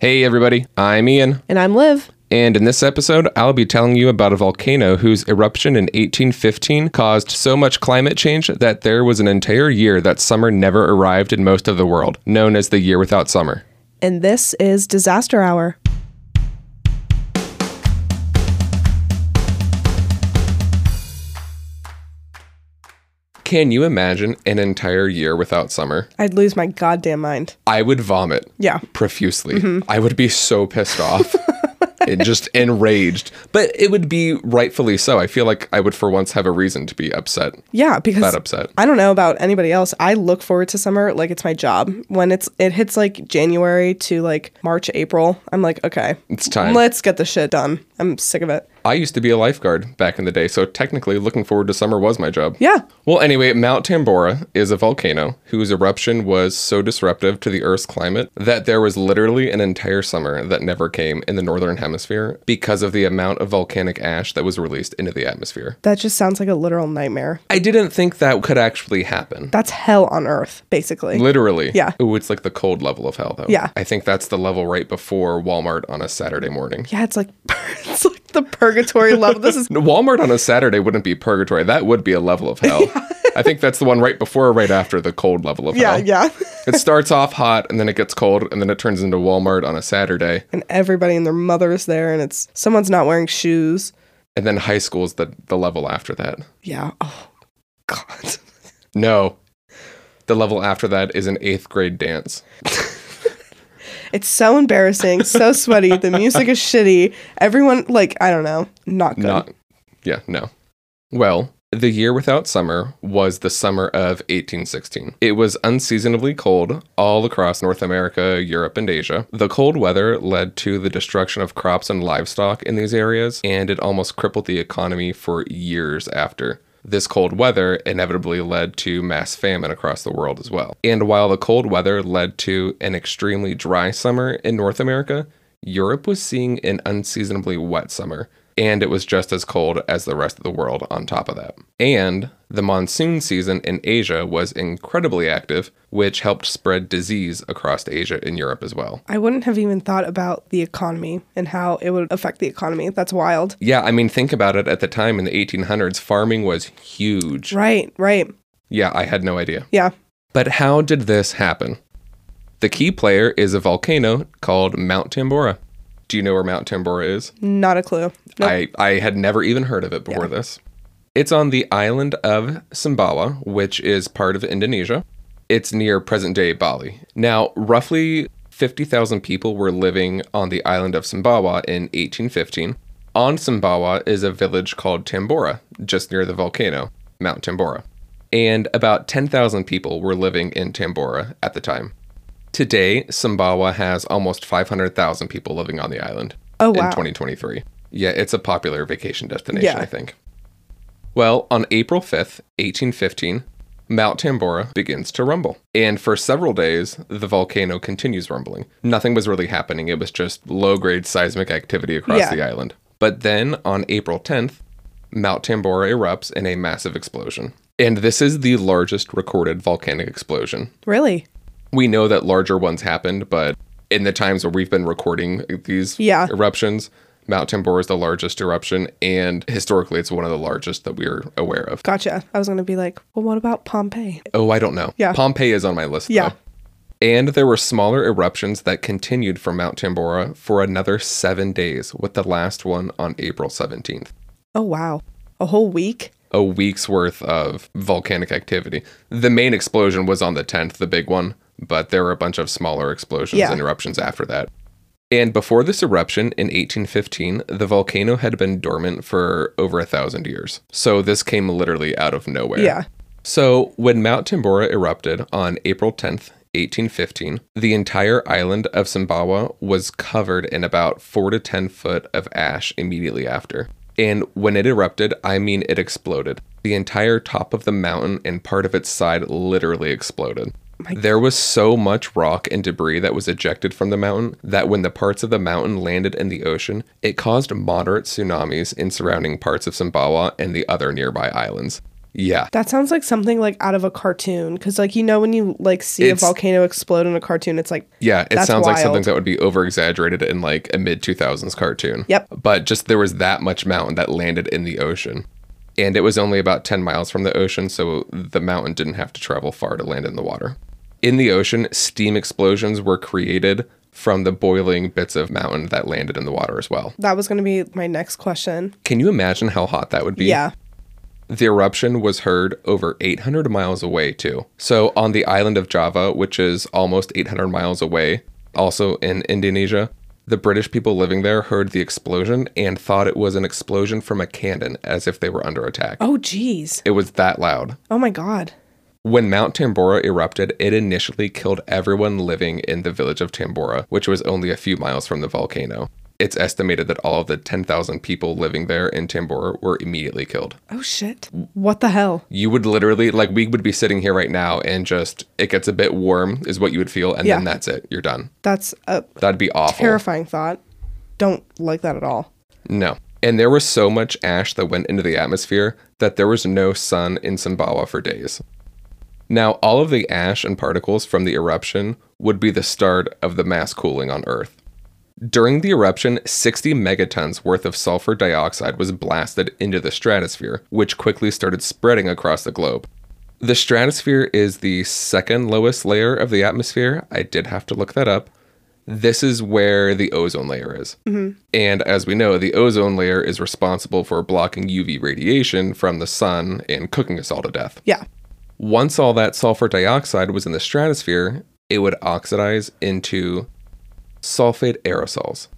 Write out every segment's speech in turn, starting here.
Hey, everybody, I'm Ian. And I'm Liv. And in this episode, I'll be telling you about a volcano whose eruption in 1815 caused so much climate change that there was an entire year that summer never arrived in most of the world, known as the Year Without Summer. And this is Disaster Hour. Can you imagine an entire year without summer? I'd lose my goddamn mind. I would vomit Yeah. profusely. I would be so pissed off. and just enraged. But it would be rightfully so. I feel like I would for once have a reason to be upset. Yeah, because That upset. I don't know about anybody else. I look forward to summer like it's my job. When it's it hits like January to like March, April, I'm like, okay. It's time. Let's get this shit done. I'm sick of it. I used to be a lifeguard back in the day, so technically looking forward to summer was my job. Yeah. Well, anyway, Mount Tambora is a volcano whose eruption was so disruptive to the Earth's climate that there was literally an entire summer that never came in the northern hemisphere because of the amount of volcanic ash that was released into the atmosphere. That just sounds like a literal nightmare. I didn't think that could actually happen. That's hell on earth, basically. Literally. Yeah. Ooh, it's like the cold level of hell, though. Yeah. I think that's the level right before Walmart on a Saturday morning. yeah, it's like it's like the purgatory level. This is Walmart on a Saturday wouldn't be purgatory. That would be a level of hell. I think that's the one right before or right after the cold level of Yeah, hell. yeah. It starts off hot and then it gets cold and then it turns into Walmart on a Saturday. And everybody and their mother is there and it's someone's not wearing shoes. And then high school's the, the level after that. Yeah. Oh God. No. The level after that is an eighth grade dance. It's so embarrassing, so sweaty. The music is shitty. Everyone, like, I don't know, not good. Not, yeah, no. Well, the year without summer was the summer of 1816. It was unseasonably cold all across North America, Europe, and Asia. The cold weather led to the destruction of crops and livestock in these areas, and it almost crippled the economy for years after. This cold weather inevitably led to mass famine across the world as well. And while the cold weather led to an extremely dry summer in North America, Europe was seeing an unseasonably wet summer, and it was just as cold as the rest of the world on top of that. And the monsoon season in Asia was incredibly active, which helped spread disease across Asia and Europe as well. I wouldn't have even thought about the economy and how it would affect the economy. That's wild. Yeah, I mean, think about it. At the time in the 1800s, farming was huge. Right, right. Yeah, I had no idea. Yeah. But how did this happen? The key player is a volcano called Mount Tambora. Do you know where Mount Tambora is? Not a clue. Nope. I, I had never even heard of it before this. It's on the island of Sumbawa, which is part of Indonesia. It's near present day Bali. Now, roughly 50,000 people were living on the island of Sumbawa in 1815. On Sumbawa is a village called Tambora, just near the volcano, Mount Tambora. And about 10,000 people were living in Tambora at the time. Today, Sumbawa has almost 500,000 people living on the island Oh, in wow. 2023. Yeah, it's a popular vacation destination, Yeah. I think. Well, on April 5th, 1815, Mount Tambora begins to rumble. And for several days, the volcano continues rumbling. Nothing was really happening, it was just low grade seismic activity across Yeah. the island. But then on April 10th, Mount Tambora erupts in a massive explosion. And this is the largest recorded volcanic explosion really? we know that larger ones happened, but in the times where we've been recording these Yeah. eruptions, Mount Tambora is the largest eruption, and historically, it's one of the largest that we're aware of. Gotcha. I was going to be like, well, what about Pompeii? Oh, I don't know. Yeah. Pompeii is on my list. Yeah. Though. And there were smaller eruptions that continued from Mount Tambora for another seven days, with the last one on April 17th. Oh, wow. A whole week? A week's worth of volcanic activity. The main explosion was on the 10th, the big one, but there were a bunch of smaller explosions Yeah. and eruptions after that. And before this eruption in 1815, the volcano had been dormant for over a thousand years. So this came literally out of nowhere. Yeah. So when Mount Tambora erupted on April 10th, 1815, the entire island of Sumbawa was covered in about four to 10 foot of ash immediately after. And when it erupted, I mean it exploded. The entire top of the mountain and part of its side literally exploded. There was so much rock and debris that was ejected from the mountain that when the parts of the mountain landed in the ocean, it caused moderate tsunamis in surrounding parts of Sumbawa and the other nearby islands. Yeah. That sounds like something like out of a cartoon cuz like you know when you like see It's- a volcano explode in a cartoon it's like Yeah, it That's sounds like something wild. that would be over exaggerated in like a mid 2000s cartoon. Yep. But just there was that much mountain that landed in the ocean. And it was only about 10 miles from the ocean, so the mountain didn't have to travel far to land in the water. In the ocean, steam explosions were created from the boiling bits of mountain that landed in the water as well. that was going to be my next question. Can you imagine how hot that would be? Yeah. The eruption was heard over 800 miles away, too. So, on the island of Java, which is almost 800 miles away, also in Indonesia, the British people living there heard the explosion and thought it was an explosion from a cannon as if they were under attack. Oh jeez. It was that loud. Oh my god. When Mount Tambora erupted, it initially killed everyone living in the village of Tambora, which was only a few miles from the volcano. It's estimated that all of the 10,000 people living there in Tambora were immediately killed Oh shit. What the hell? you would literally like we would be sitting here right now and just it gets a bit warm is what you would feel and then Yeah. that's it you're done That's a that'd be awful terrifying thought. Don't like that at all. no and there was so much ash that went into the atmosphere that there was no sun in Simbawa for days now all of the ash and particles from the eruption would be the start of the mass cooling on earth during the eruption 60 megatons worth of sulfur dioxide was blasted into the stratosphere which quickly started spreading across the globe The stratosphere is the second lowest layer of the atmosphere. I did have to look that up. This is where the ozone layer is. And as we know, the ozone layer is responsible for blocking UV radiation from the sun and cooking us all to death. Yeah. Once all that sulfur dioxide was in the stratosphere, it would oxidize into sulfate aerosols.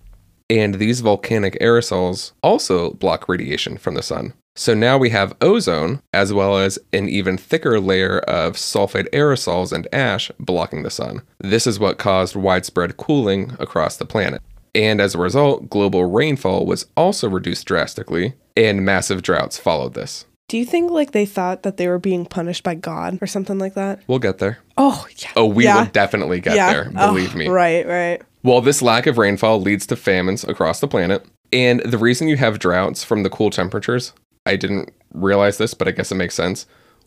And these volcanic aerosols also block radiation from the sun. So now we have ozone, as well as an even thicker layer of sulfate aerosols and ash blocking the sun. This is what caused widespread cooling across the planet. And as a result, global rainfall was also reduced drastically, and massive droughts followed this. Do you think like they thought that they were being punished by God or something like that? We'll get there. Oh yeah. Oh, we yeah. will definitely get yeah. there, Oh, believe me. Right, right. Well, this lack of rainfall leads to famines across the planet. And the reason you have droughts from the cool temperatures, I didn't realize this, but I guess it makes sense.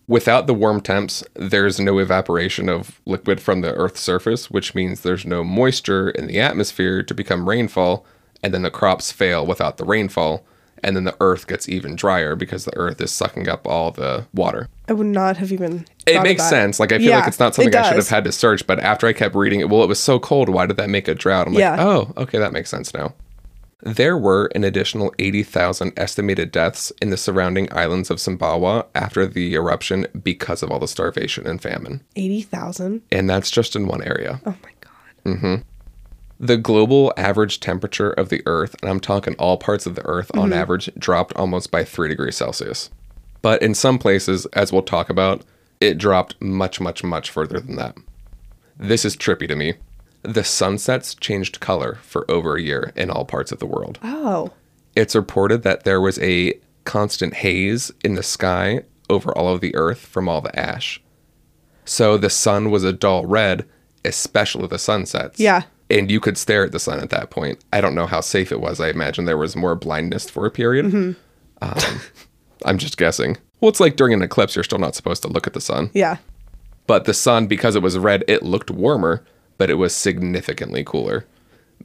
Without the warm temps, there's no evaporation of liquid from the Earth's surface, which means there's no moisture in the atmosphere to become rainfall. And then the crops fail without the rainfall. And then the Earth gets even drier because the Earth is sucking up all the water. I would not have even It thought makes of that. sense. Like I feel Yeah, like it's not it something I should have does. had to search, but after I kept reading it, well, it was so cold. Why did that make a drought? I'm like, Yeah. oh, okay, that makes sense now. There were an additional 80,000 estimated deaths in the surrounding islands of Simbawa after the eruption because of all the starvation and famine. Eighty thousand? And that's just in one area. Oh my god. The global average temperature of the Earth, and I'm talking all parts of the Earth on average, dropped almost by three degrees Celsius. But in some places, as we'll talk about, it dropped much, much, much further than that. This is trippy to me. The sunsets changed color for over a year in all parts of the world. Oh. It's reported that there was a constant haze in the sky over all of the Earth from all the ash. So the sun was a dull red, especially the sunsets Yeah. and you could stare at the sun at that point. I don't know how safe it was. I imagine there was more blindness for a period. Um, I'm just guessing. Well, it's like during an eclipse, you're still not supposed to look at the sun. Yeah. But the sun, because it was red, it looked warmer, but it was significantly cooler.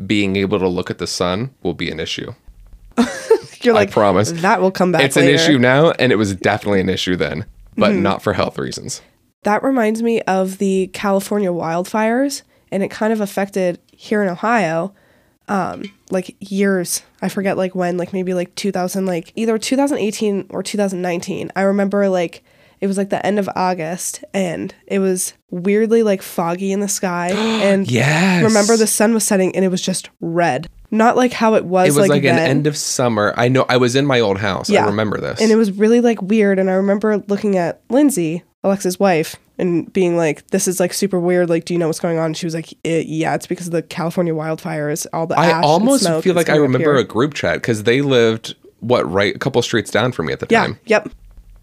Being able to look at the sun will be an issue. You're like promise. That will come back. It's an later. issue now, and it was definitely an issue then, but Mm-hmm. not for health reasons. That reminds me of the California wildfires, and it kind of affected here in Ohio, um, like years. I forget like when, like maybe like 2000, like either 2018 or 2019. I remember like it was like the end of August, and it was weirdly like foggy in the sky, and Yes. remember the sun was setting, and it was just red, not like how it was. It was like, an then. end of summer. I know I was in my old house. I Yeah. remember this. And it was really like weird. And I remember looking at Lindsay, Alexa's wife, and being like, this is like super weird. Like, do you know what's going on? And she was like, "Eh, yeah, it's because of the California wildfires, all the ash. I and almost smoke feel that's like I coming up remember here." a group chat because they lived what right a couple streets down from me at the Yeah. time. Yep.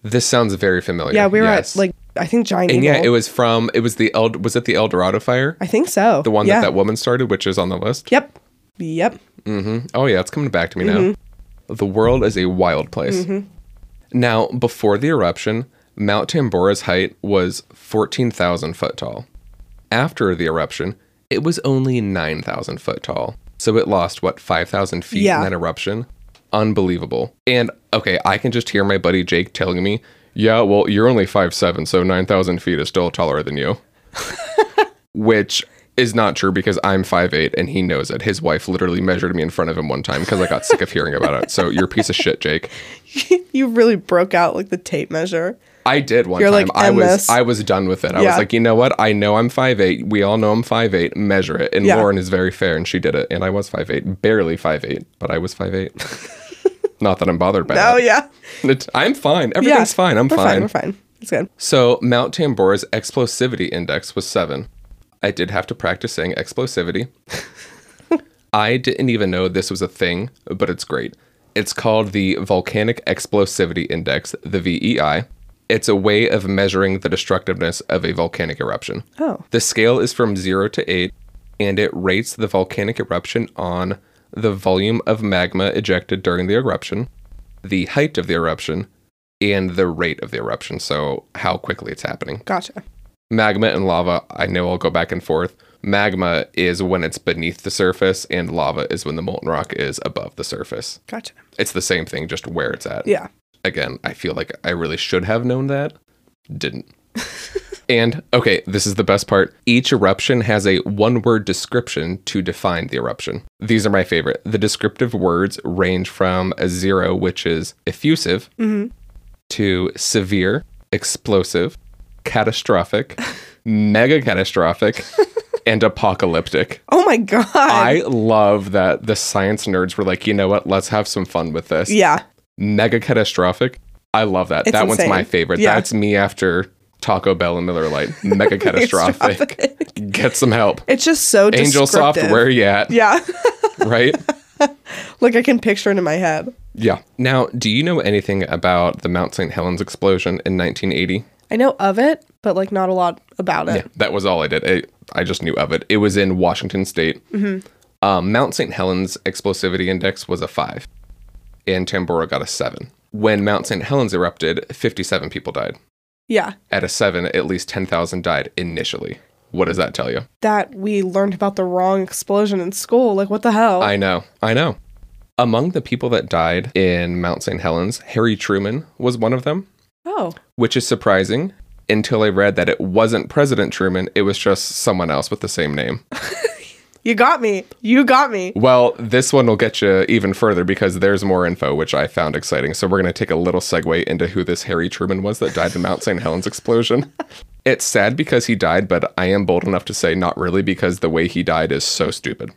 This sounds very familiar. Yeah. We were Yes. at like, I think Giant and Eagle. yeah, it was from it was the El was it the El Dorado fire, I think so. the one yeah. that that woman started, which is on the list. Yep. Yep. Oh yeah, it's coming back to Mm-hmm. me now. The world is a wild place. Now, before the eruption, Mount Tambora's height was 14,000 foot tall. After the eruption, it was only 9,000 foot tall. So it lost, what, 5,000 feet Yeah. in that eruption? Unbelievable. And okay, I can just hear my buddy Jake telling me, yeah, well, you're only five seven, so 9,000 feet is still taller than you. Which is not true because I'm five eight, and he knows it. His wife literally measured me in front of him one time because I got sick of hearing about it. So you're a piece of shit, Jake. you really broke out like the tape measure. I did one You're time. like, I was MS. I was done with it. I was Yeah. like, you know what? I know I'm 5'8. We all know I'm 5'8. Measure it. And Yeah. Lauren is very fair and she did it. And I was 5'8. Barely 5'8, but I was 5'8. Not that I'm bothered by Oh that. yeah, It's- I'm fine. yeah. Everything's fine. I'm we're fine. We're fine. It's good. So Mount Tambora's explosivity index was seven. I did have to practice saying explosivity. I didn't even know this was a thing, but it's great. It's called the Volcanic Explosivity Index, the VEI. It's a way of measuring the destructiveness of a volcanic eruption. Oh. The scale is from zero to eight, and it rates the volcanic eruption on the volume of magma ejected during the eruption, the height of the eruption, and the rate of the eruption. So, how quickly it's happening. Gotcha. Magma and lava, I know I'll go back and forth. Magma is when it's beneath the surface, and lava is when the molten rock is above the surface. Gotcha. It's the same thing, just where it's at Yeah. again, I feel like I really should have known that. Didn't. and okay, this is the best part. Each eruption has a one word description to define the eruption. These are my favorite. The descriptive words range from a zero, which is effusive, to severe, explosive, catastrophic, mega catastrophic, and apocalyptic. Oh my god. I love that the science nerds were like, you know what, let's have some fun with this yeah. mega catastrophic. I love that. It's that one's insane. my favorite. Yeah. That's me after Taco Bell and Miller Lite. Mega catastrophic. Get some help. It's just so Angel descriptive. Soft, where you at? Yeah. Right? like I can picture it in my head. Yeah. Now, do you know anything about the Mount St. Helens explosion in 1980? I know of it, but like not a lot about it. That was all I did. I, I just knew of it. It was in Washington State. Mm-hmm. Um, Mount St. Helens explosivity index was a five, and Tambora got a seven. When Mount St. Helens erupted, 57 people died. Yeah. at a seven, at least 10,000 died initially. What does that tell you? That we learned about the wrong explosion in school. Like what the hell? I know. I know. Among the people that died in Mount St. Helens, Harry Truman was one of them, oh. which is surprising until I read that it wasn't President Truman, it was just someone else with the same name. You got me. You got me. Well, this one will get you even further because there's more info, which I found exciting. So we're going to take a little segue into who this Harry Truman was that died in Mount St. Helens explosion. It's sad because he died, but I am bold enough to say not really because the way he died is so stupid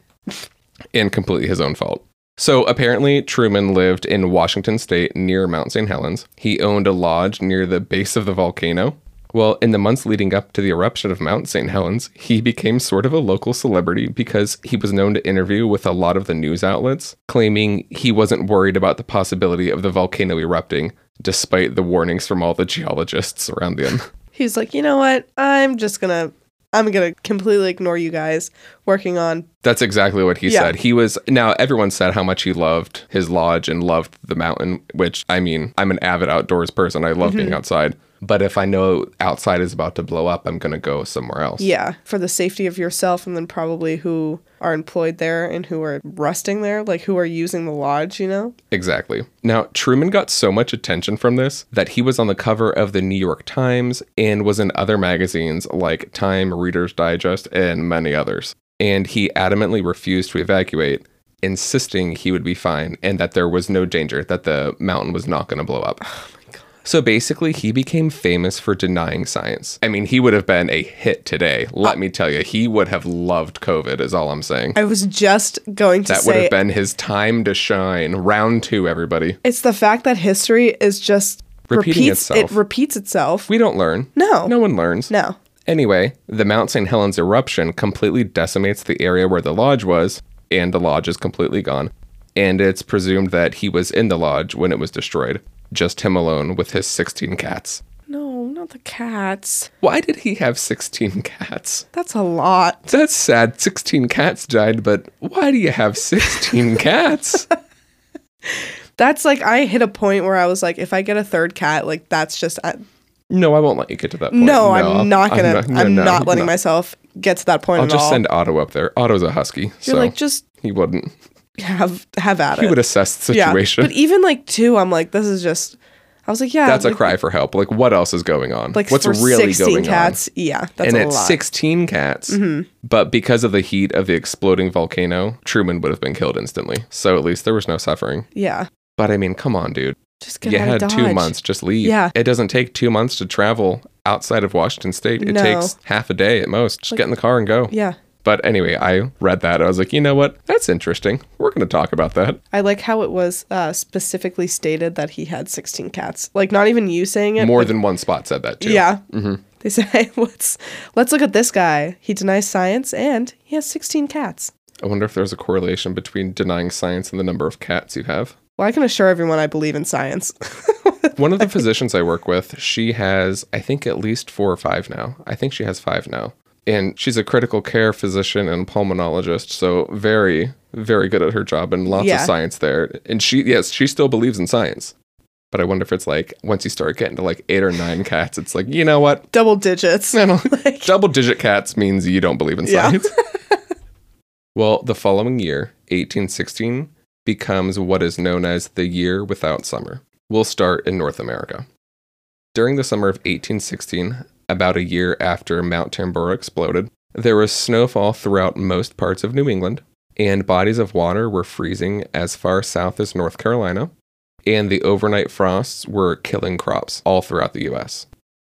and completely his own fault. So apparently, Truman lived in Washington state near Mount St. Helens. He owned a lodge near the base of the volcano. Well, in the months leading up to the eruption of Mount St. Helens, he became sort of a local celebrity because he was known to interview with a lot of the news outlets, claiming he wasn't worried about the possibility of the volcano erupting, despite the warnings from all the geologists around him. He's like, you know what? I'm just gonna I'm gonna completely ignore you guys working on That's exactly what he Yeah. said. He was now everyone said how much he loved his lodge and loved the mountain, which I mean, I'm an avid outdoors person. I love being Mm-hmm. outside. But if I know outside is about to blow up, I'm gonna go somewhere else. yeah, for the safety of yourself and then probably who are employed there and who are resting there, like who are using the lodge, you know? Exactly. Now, Truman got so much attention from this that he was on the cover of the New York Times and was in other magazines like Time, Reader's Digest, and many others. And he adamantly refused to evacuate, insisting he would be fine and that there was no danger, that the mountain was not going to blow up. Oh So basically, he became famous for denying science. I mean, he would have been a hit today. Let me tell you, he would have loved COVID, is all I'm saying. I was just going to That would say have been his time to shine. Round two, everybody. it's the fact that history is just Repeating repeats itself. it repeats itself. We don't learn. No. No one learns. No. Anyway, the Mount St. Helens eruption completely decimates the area where the lodge was, and the lodge is completely gone. And it's presumed that he was in the lodge when it was destroyed, just him alone with his 16 cats. No, not the cats. Why did he have 16 cats? That's a lot. That's sad. 16 cats died, but why do you have 16 cats? That's like I hit a point where I was like if I get a third cat, like that's just I, No, I won't let you get to that point. No, I'm not I'm gonna. I'm no, not, no, letting no. myself get to that point I'll at just all. send Otto up there. Otto's a husky, You're so like just he wouldn't. have have at He it. would assess the yeah, situation. but even like two, I'm like this is just. I was like, yeah, That's like- a cry for help. Like, what else is going on? Um, Like What's for really 16 going on? cats, yeah, that's and a it's lot. Mm-hmm. 16 cats. But because of the heat of the exploding volcano, Truman would have been killed instantly. So at least there was no suffering. yeah, But I mean, come on, dude. just get you out had of two Dodge. months. Just leave. Yeah. It doesn't take two months to travel outside of Washington State. It No. takes half a day at most. Just get in the car and go. Yeah, But anyway, I read that. I was like, you know what? That's interesting. We're going to talk about that. I like how it was uh, specifically stated that he had 16 cats. Like not even you saying it. More but- than one spot said that, too. yeah. Mm-hmm. They say "Hey, let's let's look at this guy. He denies science and he has 16 cats. I wonder if there's a correlation between denying science and the number of cats you have. Well, I can assure everyone I believe in science. One of the physicians I work with, she has, I think, at least four or five now. I think she has five now. And she's a critical care physician and pulmonologist. So, very, very good at her job and lots Yeah. of science there. And she, yes, she still believes in science. But I wonder if it's like once you start getting to like eight or nine cats, it's like, you know what? Double digits. I don't- Like- Double digit cats means you don't believe in Yeah. science. well, the following year, 1816, becomes what is known as the Year Without Summer. We'll start in North America. During the summer of 1816, about a year after Mount Tambora exploded, there was snowfall throughout most parts of New England, and bodies of water were freezing as far south as North Carolina, and the overnight frosts were killing crops all throughout the US.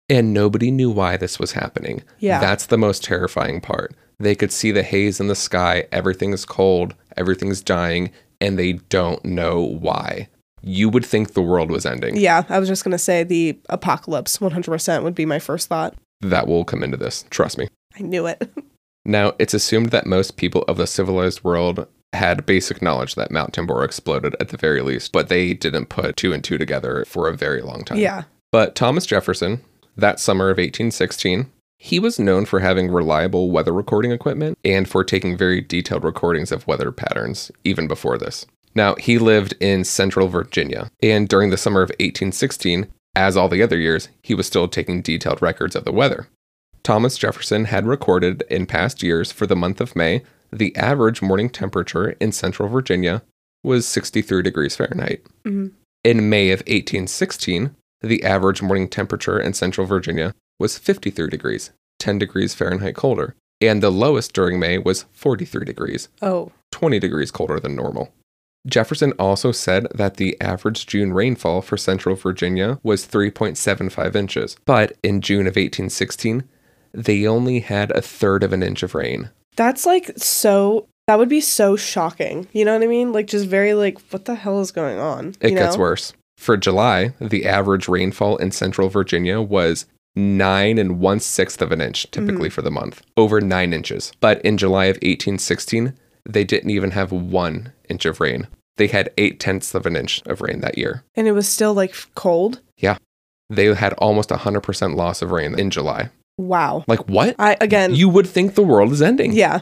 And nobody knew why this was happening. Yeah. That's the most terrifying part. They could see the haze in the sky, everything is cold, everything's dying, and they don't know why. You would think the world was ending. yeah, I was just gonna say the apocalypse 100% would be my first thought. That will come into this, trust me. I knew it. Now, it's assumed that most people of the civilized world had basic knowledge that Mount Tambora exploded at the very least, but they didn't put two and two together for a very long time. yeah. But Thomas Jefferson, that summer of 1816, he was known for having reliable weather recording equipment and for taking very detailed recordings of weather patterns, even before this. Now, he lived in central Virginia, and during the summer of 1816, as all the other years, he was still taking detailed records of the weather. Thomas Jefferson had recorded in past years for the month of May, the average morning temperature in central Virginia was 63 degrees Fahrenheit. Mhm. In May of 1816, the average morning temperature in central Virginia was 53 degrees, 10 degrees Fahrenheit colder, and the lowest during May was 43 degrees, Oh, 20 degrees colder than normal. Jefferson also said that the average June rainfall for central Virginia was 3.75 inches, but in June of 1816, they only had a third of an inch of rain. that's like so. That would be so shocking. You know what I mean? Like just very like, what the hell is going on? It you gets know? worse. For July, the average rainfall in central Virginia was nine and one sixth of an inch, typically Mm. for the month, over nine inches. But in July of 1816, they didn't even have one inch of rain. They had eight tenths of an inch of rain that year. And it was still like cold. They had almost 100% loss of rain in July. Wow. Like, what? I again. You would think the world is ending. yeah.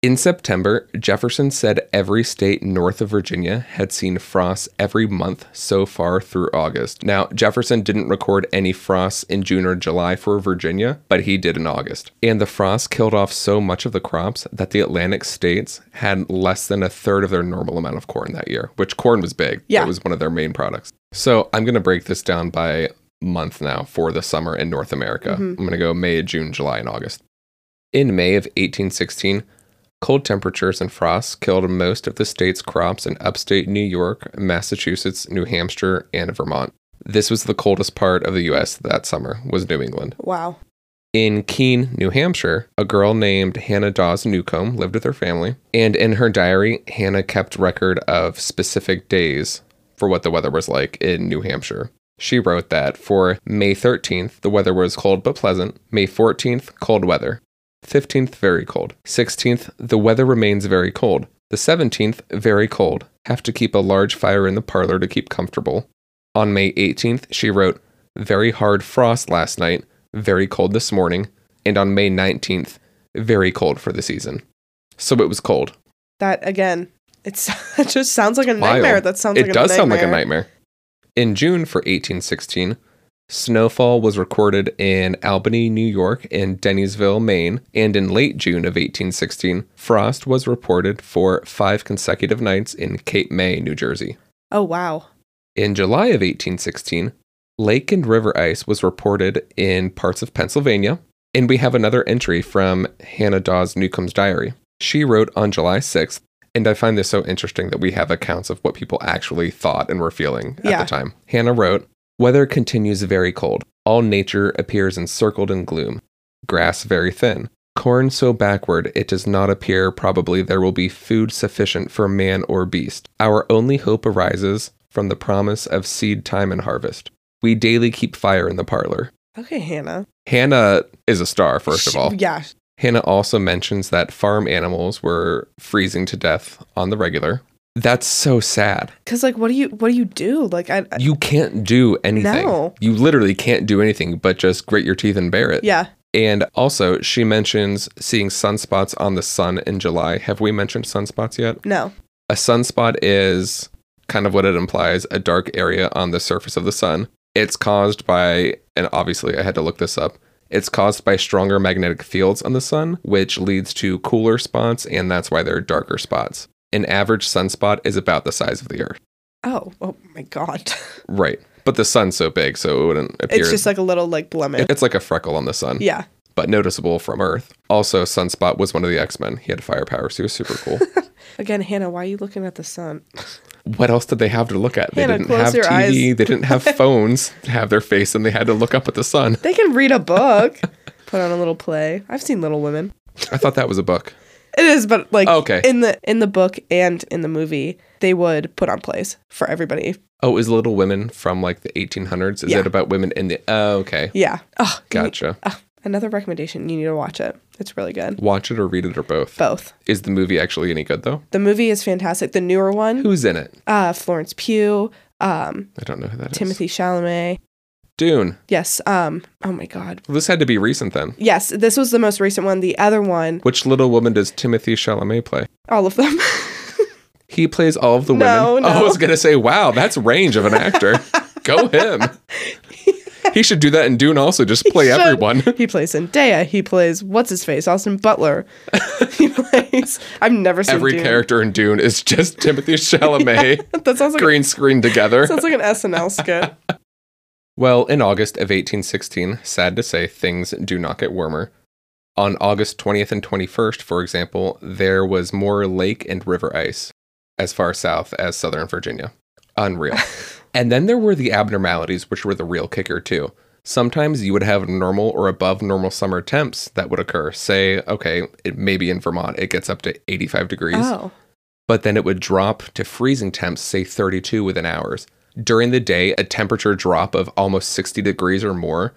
In September, Jefferson said every state north of Virginia had seen frosts every month so far through August. Now, Jefferson didn't record any frosts in June or July for Virginia, but he did in August. And the frost killed off so much of the crops that the Atlantic states had less than a third of their normal amount of corn that year, which corn was big. Yeah. It was one of their main products. So I'm going to break this down by month now for the summer in North America. Mhm. I'm going to go May, June, July, and August. In May of 1816, Cold temperatures and frosts killed most of the state's crops in upstate New York, Massachusetts, New Hampshire, and Vermont. This was the coldest part of the US that summer, was New England. Wow. In Keene, New Hampshire, a girl named Hannah Dawes Newcomb lived with her family, and in her diary, Hannah kept record of specific days for what the weather was like in New Hampshire. She wrote that for May 13th, the weather was cold but pleasant. May 14th, cold weather. 15th, very cold. 16th, the weather remains very cold. The 17th, very cold. Have to keep a large fire in the parlor to keep comfortable. On May 18th, she wrote, Very hard frost last night, very cold this morning, and on May 19th, very cold for the season. So it was cold. That again, it's it just sounds like a Wild. nightmare. That sounds it like does a nightmare. sound like a nightmare. In June for 1816, Snowfall was recorded in Albany, New York, and Dennisville, Maine, and in late June of 1816, frost was reported for five consecutive nights in Cape May, New Jersey. Oh, wow. In July of 1816, lake and river ice was reported in parts of Pennsylvania. And we have another entry from Hannah Dawes Newcomb's diary. She wrote on July 6th, and I find this so interesting that we have accounts of what people actually thought and were feeling at Yeah. the time. Hannah wrote, Weather continues very cold. All nature appears encircled in gloom. Grass very thin. Corn so backward it does not appear probably there will be food sufficient for man or beast. Our only hope arises from the promise of seed time and harvest. We daily keep fire in the parlor. Okay, Hannah. Hannah is a star, first of She- all. Yeah. Hannah also mentions that farm animals were freezing to death on the regular. That's so sad. Cause like, what do you what do you do? Like, I, I You can't do anything. No. You literally can't do anything but just grit your teeth and bear it. yeah. And also, she mentions seeing sunspots on the sun in July. Have we mentioned sunspots yet? No. A sunspot is kind of what it implies a dark area on the surface of the sun. It's caused by, and obviously I had to look this up, it's caused by stronger magnetic fields on the sun, which leads to cooler spots, and that's why they're darker spots. An average sunspot is about the size of the Earth. Oh. Oh my God. Right. But the sun's so big, so it wouldn't appear. it's just like a little like blemish. it's like a freckle on the sun, Yeah. but noticeable from Earth. Also, Sunspot was one of the X Men. He had firepower, so he was super cool. Again, Hannah, why are you looking at the sun? what else did they have to look at? They Hannah, didn't close have your TV. eyes. They didn't have phones to have their face, and they had to look up at the sun. They can read a book. Put on a little play. I've seen Little Women. I thought that was a book. It is, but like Okay. in the in the book and in the movie, they would put on plays for everybody. Oh, is Little Women from like the 1800s? Is Yeah. it about women in the? Oh, okay, Yeah. Oh, you need- gotcha. another recommendation. You need to watch it. It's really good. Watch it or read it or both. Both. Is the movie actually any good though? The movie is fantastic. The newer one, Who's in it? uh, Florence Pugh, um, I don't know who that is. Timothy Chalamet. Dune. Yes. Um. Oh my God. Well, this had to be recent then. Yes. This was the most recent one. The other one, Which Little Woman does Timothy Chalamet play? all of them. He plays all of the No, women. no. I was gonna say, wow, that's range of an actor. Go him. He should do that in Dune. Also, just play should. everyone. he plays Zendaya. He plays what's his face, Austin Butler. he plays. I've never seen Every Dune. character in Dune is just Timothy Chalamet That sounds like green screen together. sounds like an SNL skit. Well, in August of 1816, sad to say, things do not get warmer. On August 20th and 21st, for example, there was more lake and river ice as far south as southern Virginia. Unreal. and then there were the abnormalities, which were the real kicker, too. Sometimes you would have normal or above normal summer temps that would occur. Say, okay, it maybe in Vermont, it gets up to 85 degrees Oh, but then it would drop to freezing temps, say 32 within hours. During the day, a temperature drop of almost 60 degrees or more.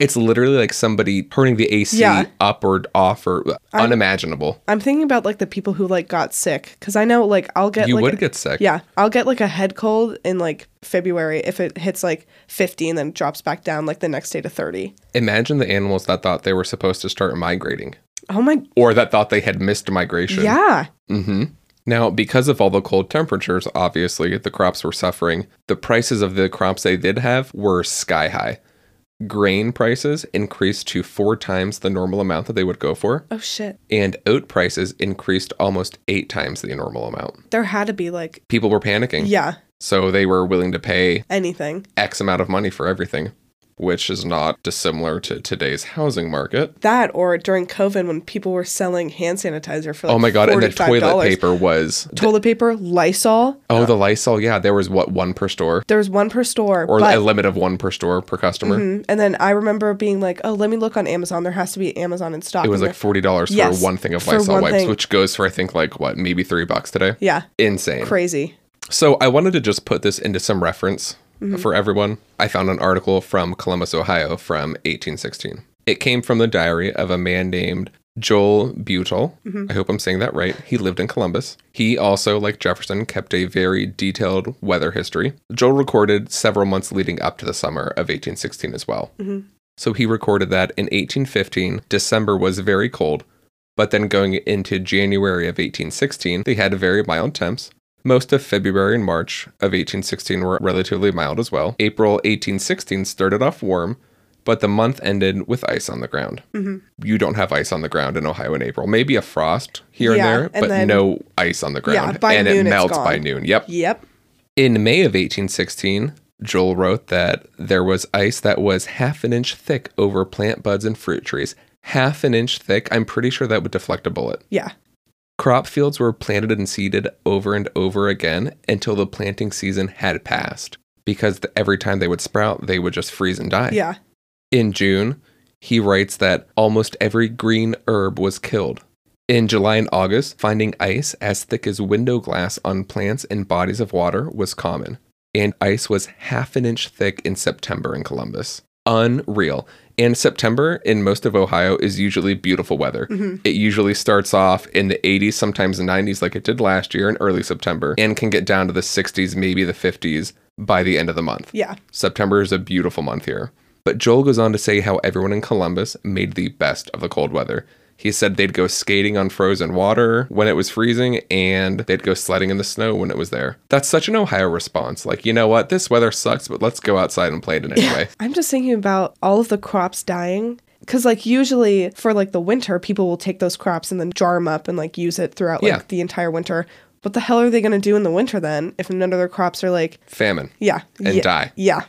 It's literally like somebody turning the AC Yeah. up or off or unimaginable. I'm thinking about like the people who like got sick because I know like I'll get You like, would get sick. yeah I'll get like a head cold in like February if it hits like 50 and then drops back down like the next day to 30. Imagine the animals that thought they were supposed to start migrating Oh my or that thought they had missed migration. yeah hmm Now, because of all the cold temperatures, obviously the crops were suffering. The prices of the crops they did have were sky high. Grain prices increased to four times the normal amount that they would go for, oh shit and oat prices increased almost eight times the normal amount. there had to be like People were panicking, yeah so they were willing to pay anything X amount of money for everything, which is not dissimilar to today's housing market. that or during COVID when people were selling hand sanitizer for like oh my god, and the toilet $45. paper was. toilet paper Lysol Oh, the Lysol, yeah, there was what, one per store? there was one per store or but- a limit of one per store per customer. Mhm. and then I remember being like oh let me look on Amazon there has to be Amazon in stock It was And like forty dollars Yes, for one thing of for Lysol one wipes, thing. which goes for I think like what maybe three bucks today. the- yeah Insane. crazy So I wanted to just put this into some reference Mm-hmm. for everyone. I found an article from Columbus, Ohio from 1816. It came from the diary of a man named Joel Butel. Mm-hmm. I hope I'm saying that right. He lived in Columbus. He also, like Jefferson, kept a very detailed weather history. Joel recorded several months leading up to the summer of 1816 as well. So he recorded that in 1815, December was very cold, but then going into January of 1816, they had very mild temps. Most of February and March of 1816 were relatively mild as well. April 1816 started off warm, but the month ended with ice on the ground. Mm-hmm. You don't have ice on the ground in Ohio in April. Maybe a frost here Yeah, and there, and but then- no ice on the ground. by and noon it it's melts gone. by noon. Yep. Yep. In May of 1816, Joel wrote that there was ice that was half an inch thick over plant buds and fruit trees. Half an inch thick. I'm pretty sure that would deflect a bullet. Yeah. Crop fields were planted and seeded over and over again until the planting season had passed because th- every time they would sprout, they would just freeze and die. Yeah. In June, he writes that almost every green herb was killed. In July and August, finding ice as thick as window glass on plants and bodies of water was common. And ice was half an inch thick in September in Columbus. Unreal. And September in most of Ohio is usually beautiful weather. Mm-hmm. It usually starts off in the 80s, sometimes 90s, like it did last year in early September, and can get down to the 60s, maybe the 50s by the end of the month. Yeah. September is a beautiful month here. But Joel goes on to say how everyone in Columbus made the best of the cold weather. He said they'd go skating on frozen water when it was freezing, and they'd go sledding in the snow when it was there. That's such an Ohio response. Like, you know what? This weather sucks, but let's go outside and play it anyway. I'm just thinking about all of the crops dying. Cause like usually for like the winter, people will take those crops and then jar them up and like use it throughout like Yeah. the entire winter. What the hell are they gonna do in the winter then if none of their crops are like Famine yeah and yeah, die. yeah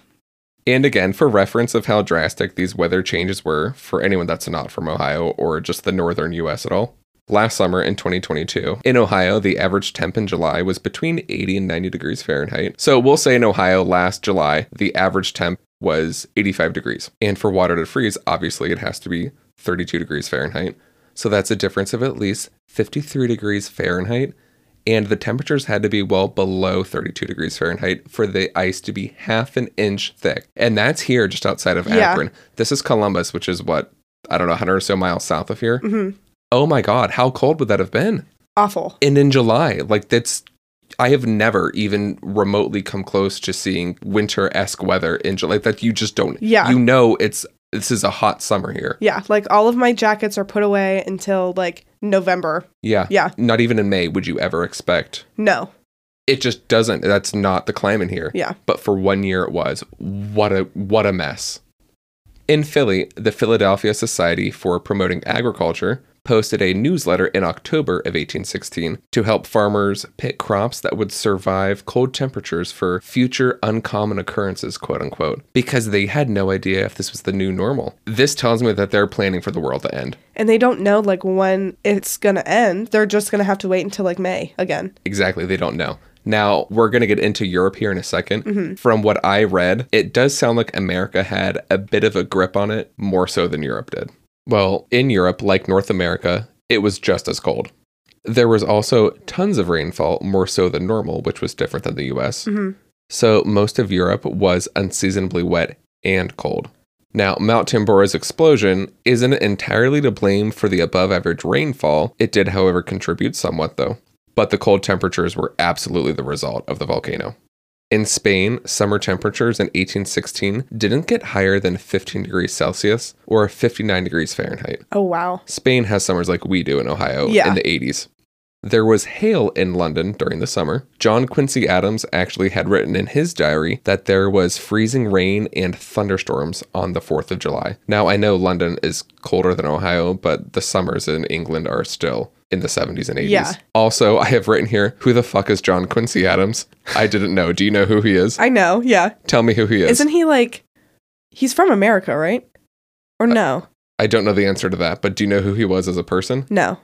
And again, for reference of how drastic these weather changes were for anyone that's not from Ohio or just the northern US at all. Last summer in 2022, in Ohio, the average temp in July was between 80 and 90 degrees Fahrenheit. So we'll say in Ohio last July, the average temp was 85 degrees. And for water to freeze, obviously it has to be 32 degrees Fahrenheit. So that's a difference of at least 53 degrees Fahrenheit and the temperatures had to be well below 32 degrees Fahrenheit for the ice to be half an inch thick. And that's here just outside of Yeah. Akron. This is Columbus, which is what, I don't know, 100 or so miles south of here. Oh my God, how cold would that have been? mm-hmm, awful And in July, like that's, I have never even remotely come close to seeing winter esque weather in July. Like that you just don't, Yeah. you know, it's, this is a hot summer here. yeah like all of my jackets are put away until like November. Yeah. Yeah. Not even in May would you ever expect. No. It just doesn't. That's not the climate here. Yeah. but for one year it was. What a what a mess. In Philly, the Philadelphia Society for Promoting Agriculture posted a newsletter in October of 1816 to help farmers pick crops that would survive cold temperatures for future uncommon occurrences, quote unquote, because they had no idea if this was the new normal. This tells me that they're planning for the world to end. And they don't know like when it's gonna end. They're just gonna have to wait until like May again. Exactly. They don't know. Now, we're going to get into Europe here in a 2nd From what I read, it does sound like America had a bit of a grip on it more so than Europe did. Well, in Europe, like North America, it was just as cold. There was also tons of rainfall, more so than normal, which was different than the US. So most of Europe was unseasonably wet and cold. Now, Mount Tambora's explosion isn't entirely to blame for the above average rainfall. It did, however, contribute somewhat, though. But the cold temperatures were absolutely the result of the volcano. In Spain, summer temperatures in 1816 didn't get higher than 15 degrees Celsius or 59 degrees Fahrenheit. Oh wow. Spain has summers like we do in Ohio Yeah. in the 80s. There was hail in London during the summer. John Quincy Adams actually had written in his diary that there was freezing rain and thunderstorms on the 4th of July. Now, I know London is colder than Ohio, but the summers in England are still in the 70s and 80s. Yeah. Also, I have written here, who the fuck is John Quincy Adams? I didn't know. Do you know who he is? I know. Yeah. Tell me who he is. Isn't he like he's from America, right? Or Uh, no? I don't know the answer to that, but do you know who he was as a person? No.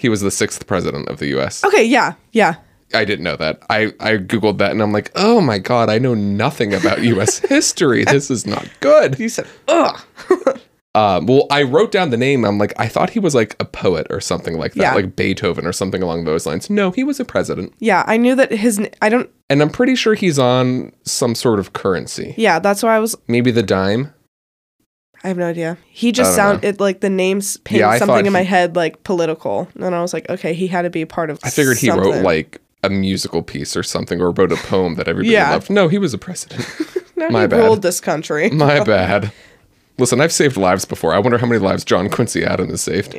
He was the sixth president of the US. Okay, yeah. Yeah. I didn't know that. I, I Googled that and I'm like, oh my God, I know nothing about US history. This is not good. You said ugh. Um, well, I wrote down the name. I'm like, I thought he was like a poet or something like that, Yeah. like Beethoven or something along those lines. No, he was a president. Yeah, I knew that his n- I don't And I'm pretty sure he's on some sort of currency. yeah, that's why I was Maybe the dime. I have no idea. He I just don't sound it like the names pinged I something thought in my he- head like political. And I was like, okay, he had to be a part of I figured he wrote something. like a musical piece or something or wrote a poem that everybody Yeah. loved. No, he was a president. no, my he bad. ruled this country. My bad. Listen, I've saved lives before. I wonder how many lives John Quincy Adams has saved.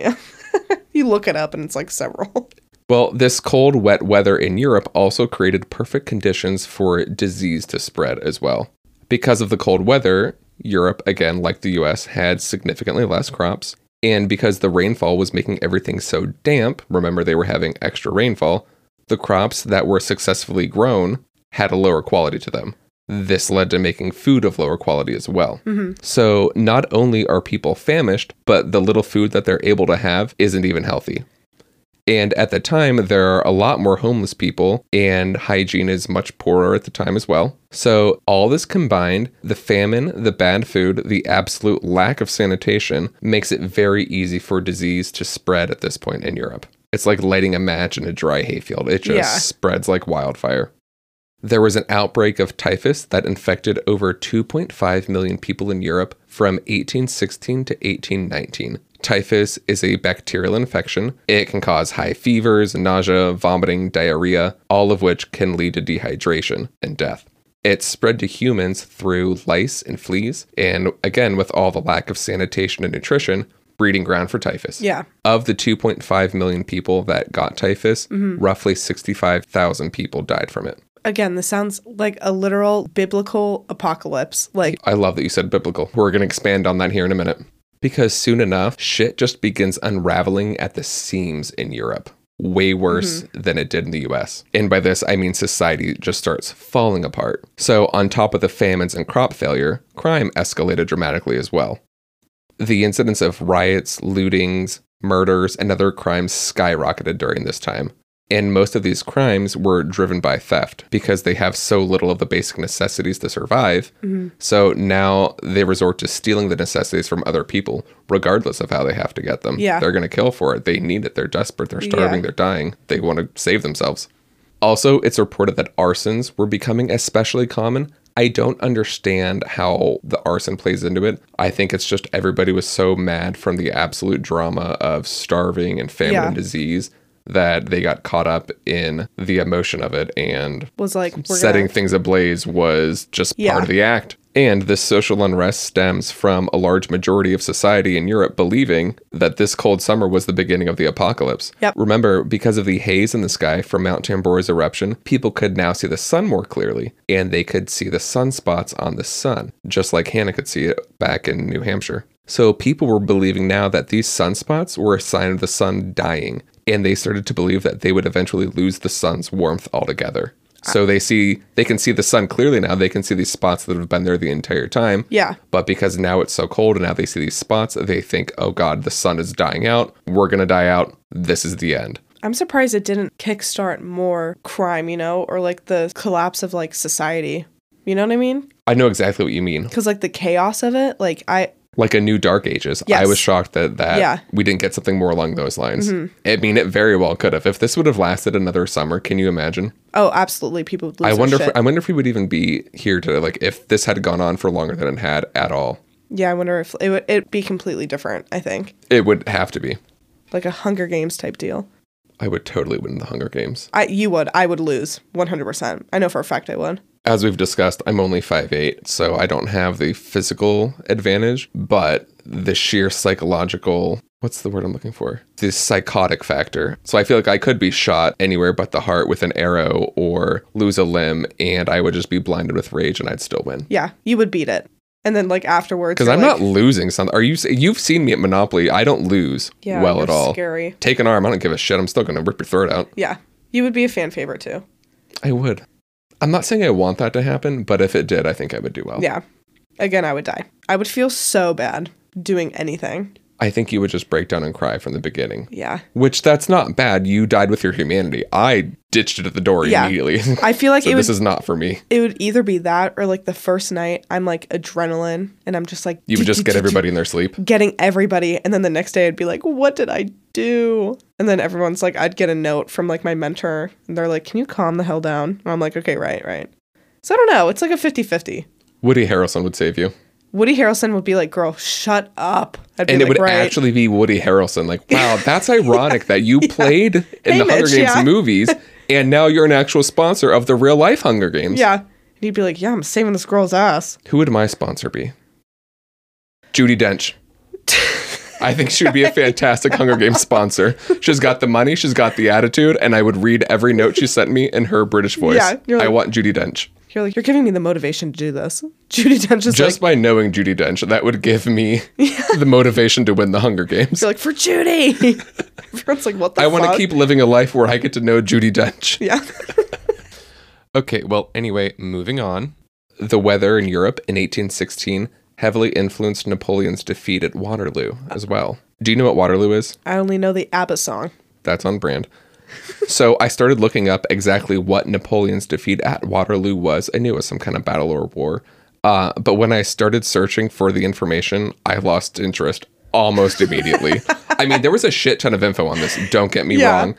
you look it up and it's like several. Well, this cold, wet weather in Europe also created perfect conditions for disease to spread as well. Because of the cold weather, Europe, again, like the US, had significantly less crops. And because the rainfall was making everything so damp, remember they were having extra rainfall, the crops that were successfully grown had a lower quality to them. This led to making food of lower quality as well. So not only are people famished, but the little food that they're able to have isn't even healthy. And at the time, there are a lot more homeless people, and hygiene is much poorer at the time as well. So, all this combined the famine, the bad food, the absolute lack of sanitation makes it very easy for disease to spread at this point in Europe. It's like lighting a match in a dry hayfield, it just Yeah. spreads like wildfire. There was an outbreak of typhus that infected over 2.5 million people in Europe from 1816 to 1819. Typhus is a bacterial infection. It can cause high fevers, nausea, vomiting, diarrhea, all of which can lead to dehydration and death. It spread to humans through lice and fleas, and again, with all the lack of sanitation and nutrition, breeding ground for typhus Yeah. of the 2.5 million people that got typhus, roughly 65,000 people died from it. Again, this sounds like a literal biblical apocalypse. Like, I love that you said biblical. We're going to expand on that here in a minute. Because soon enough, shit just begins unraveling at the seams in Europe, way worse than it did in the US. And by this, I mean society just starts falling apart. So, on top of the famines and crop failure, crime escalated dramatically as well. The incidence of riots, lootings, murders, and other crimes skyrocketed during this time. And most of these crimes were driven by theft because they have so little of the basic necessities to survive. Mm-hmm. So now they resort to stealing the necessities from other people, regardless of how they have to get them. Yeah. They're going to kill for it. They need it. They're desperate. They're starving. Yeah. They're dying. They want to save themselves. Also, it's reported that arsons were becoming especially common. I don't understand how the arson plays into it. I think it's just everybody was so mad from the absolute drama of starving and famine Yeah. and disease that they got caught up in the emotion of it and was like, we're setting Gonna, things ablaze was just Yeah. part of the act. And this social unrest stems from a large majority of society in Europe believing that this cold summer was the beginning of the apocalypse. Yep. Remember, because of the haze in the sky from Mount Tambora's eruption, people could now see the sun more clearly, and they could see the sunspots on the sun, just like Hannah could see it back in New Hampshire. So people were believing now that these sunspots were a sign of the sun dying, and they started to believe that they would eventually lose the sun's warmth altogether. So they see they can see the sun clearly now. They can see these spots that have been there the entire time. yeah. But because now it's so cold and now they see these spots, they think, "Oh god, the sun is dying out. We're going to die out. This is the end." I'm surprised it didn't kickstart more crime, you know, or like the collapse of like society. You know what I mean? I know exactly what you mean. Because like the chaos of it, like I, Like a new dark ages. I Yes. was shocked that that Yeah. Mm-hmm. we didn't get something more along those lines. I mean, it very well could have. If this would have lasted another summer, can you imagine? oh, absolutely, people would lose I their wonder if shit. I wonder if we would even be here today like if this had gone on for longer than it had at all. yeah, I wonder if it would it'd be completely different. I think It would have to be. like a Hunger Games type deal. I would totally win the Hunger Games. I you would, I would lose 100. percent I know for a fact I would. as we've discussed, I'm only 5'8, so I don't have the physical advantage, but the sheer psychological what's the word I'm looking for? The psychotic factor. So I feel like I could be shot anywhere but the heart with an arrow or lose a limb and I would just be blinded with rage and I'd still win. Yeah, you would beat it, and then like afterwards, Because you're I'm like, not losing something. Are you? s- You've seen me at Monopoly. I don't lose yeah, well you're at all. Scary. Take an arm. I don't give a shit. I'm still gonna rip your throat out. Yeah, you would be a fan favorite too. I would. I'm not saying I want that to happen, but if it did, I think I would do well. Yeah, again, I would die. I would feel so bad doing anything. I think you would just break down and cry from the beginning. Yeah. Which that's not bad. You died with your humanity. I ditched it at the door Yeah. immediately. I feel like so it this was is not for me. it would either be that or like the first night I'm like adrenaline and I'm just like You would just get everybody in their sleep. getting everybody and then the next day I'd be like what did I do? And then everyone's like I'd get a note from like my mentor and they're like can you calm the hell down? And I'm like okay right right. So I don't know, it's like a 50-50. Woody Harrelson would save you. Woody Harrelson would be like girl shut up. I'd be And it like, would "Right." actually be Woody Harrelson. Like, wow, that's ironic that you played in the Hunger Mitch, Games yeah. movies and now you're an actual sponsor of the real life Hunger Games. Yeah. And he'd be like yeah, I'm saving this girl's ass. Who would my sponsor be? Judy Dench. I think she would be a fantastic Hunger Games sponsor. She's got the money, she's got the attitude, and I would read every note she sent me in her British voice. Yeah, you're I like- want Judy Dench. You're like, you're giving me the motivation to do this. Judy Dench is Just by like, knowing Judy Dench, that would give me the motivation to win the Hunger Games. you're like for Judy. Everyone's like, what the? I want fuck? to keep living a life where I get to know Judy Dench. Yeah. Okay, well, anyway, moving on. The weather in Europe in 1816 heavily influenced Napoleon's defeat at Waterloo as well. Do you know what Waterloo is? I only know the ABBA song. That's on brand. so I started looking up exactly what Napoleon's defeat at Waterloo was. I knew it was some kind of battle or war. Uh, but when I started searching for the information, I lost interest almost immediately. I mean, there was a shit ton of info on this. Don't get me Yeah. wrong.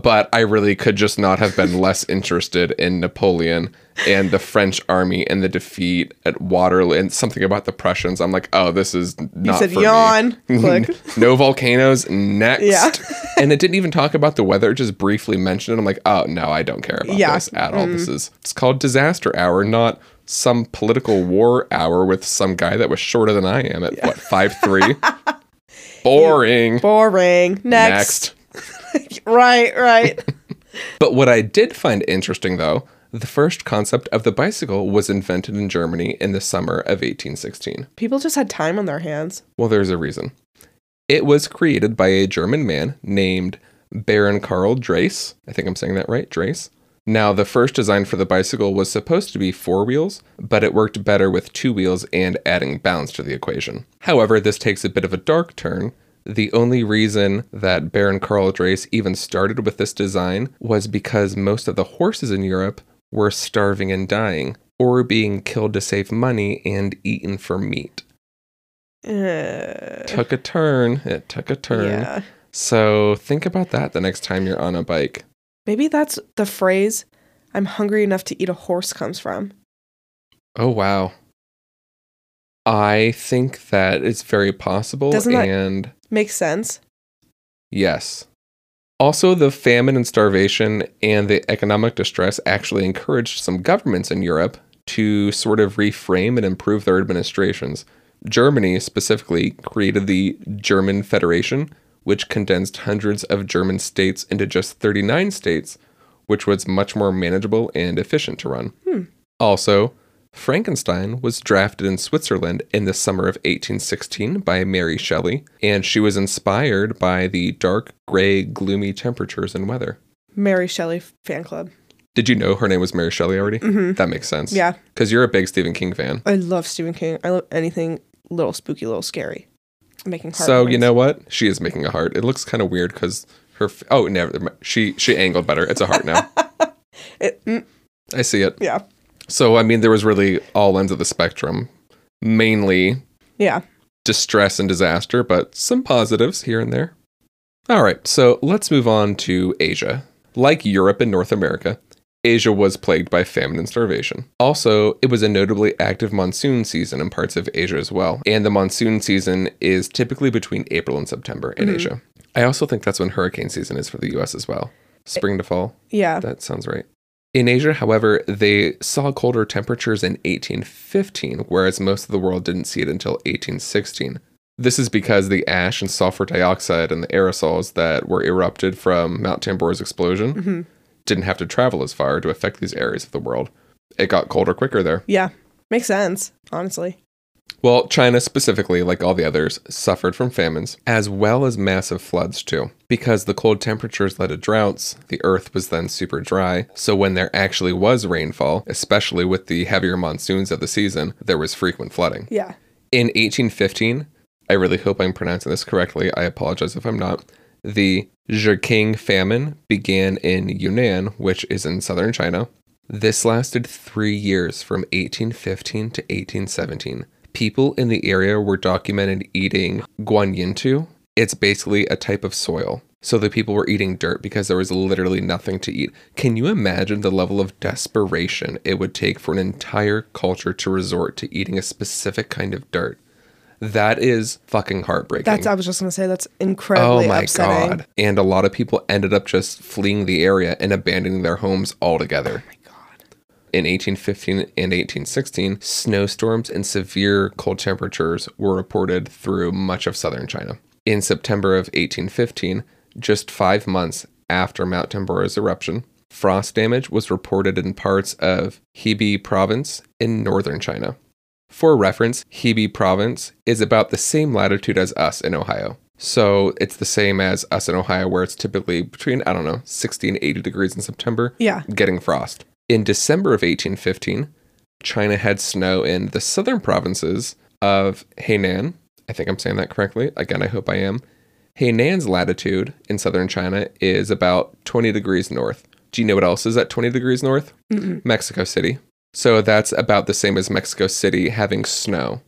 But I really could just not have been less interested in Napoleon and the French army and the defeat at Waterloo and something about the Prussians. I'm like, oh, this is not said for yawn. Me. Click. no volcanoes next. Yeah. and it didn't even talk about the weather, it just briefly mentioned it. I'm like, oh no, I don't care about Yeah. Mm-hmm. this at all. This is it's called disaster hour, not some political war hour with some guy that was shorter than I am at what five three. Boring. Boring. Next. Next. Right. Right. But what I did find interesting though, the first concept of the bicycle was invented in Germany in the summer of 1816. People just had time on their hands. Well, there's a reason. It was created by a German man named Baron Karl Drace. I think I'm saying that right, Drace. Now, the first design for the bicycle was supposed to be four wheels, but it worked better with two wheels and adding bounds to the equation. However, this takes a bit of a dark turn. The only reason that Baron Karl Drace even started with this design was because most of the horses in Europe were starving and dying, or being killed to save money and eaten for meat Uh, took a turn. It took a turn. yeah. So think about that the next time you're on a bike. Maybe that's the phrase "I'm hungry enough to eat a horse" comes from. Oh wow. I think that it's very possible Doesn't that- and Makes sense. yes. Also the famine and starvation and the economic distress actually encouraged some governments in Europe to sort of reframe and improve their administrations. Germany specifically created the German Federation, which condensed hundreds of German states into just 39 states, which was much more manageable and efficient to run. Also, Frankenstein was drafted in Switzerland in the summer of 1816 by Mary Shelley, and she was inspired by the dark, gray, gloomy temperatures and weather. Mary Shelley fan club. Did you know her name was Mary Shelley already? Mhm. That makes sense. Yeah. Because you're a big Stephen King fan. I love Stephen King. I love anything little spooky, little scary. I'm making heart so you movements. know what? She is making a heart. It looks kind of weird because her. F- oh, never. mi- She she angled better. It's a heart now. It- mm, I see it. yeah, So I mean, there was really all ends of the spectrum, mainly yeah. distress and disaster, but some positives here and there. All right, so let's move on to Asia. Like Europe and North America, Asia was plagued by famine and starvation. Also, it was a notably active monsoon season in parts of Asia as well, and the monsoon season is typically between April and September in Asia. I also think that's when hurricane season is for the US as well. Spring to fall. Yeah. That sounds right. In Asia, however, they saw colder temperatures in 1815, whereas most of the world didn't see it until 1816. This is because the ash and sulfur dioxide and the aerosols that were erupted from Mount Tambora's explosion Mhm. didn't have to travel as far to affect these areas of the world. It got colder quicker there. Yeah. Makes sense, honestly. Well, China specifically, like all the others, suffered from famines, as well as massive floods too. Because the cold temperatures led to droughts, the earth was then super dry, so when there actually was rainfall, especially with the heavier monsoons of the season, there was frequent flooding. Yeah. In 1815, I really hope I'm pronouncing this correctly, I apologize if I'm not, the Zheqing famine began in Yunnan, which is in southern China. This lasted three years from 1815 to 1817. People in the area were documented eating guanyintu. It's basically a type of soil. So the people were eating dirt because there was literally nothing to eat. Can you imagine the level of desperation it would take for an entire culture to resort to eating a specific kind of dirt? That is fucking heartbreaking. That's I was just gonna say that's incredibly upsetting. Oh And a lot of people ended up just fleeing the area and abandoning their homes altogether. My God. In 1815 and 1816, snowstorms and severe cold temperatures were reported through much of southern China. in September of 1815, just five months after Mount Tambora's eruption. Frost damage was reported in parts of Hebei Province in northern China. For reference, Hebei Province is about the same latitude as us in Ohio. So it's the same as us in Ohio, where it's typically between, I don't know, 60 and 80 degrees in September, Yeah. getting frost. In December of 1815, China had snow in the southern provinces of Hainan. I think I'm saying that correctly. Again, I hope I am. Hainan's latitude in southern China is about 20 degrees north. Do you know what else is at 20 degrees north? Mm-mm. Mexico City. So that's about the same as Mexico City having snow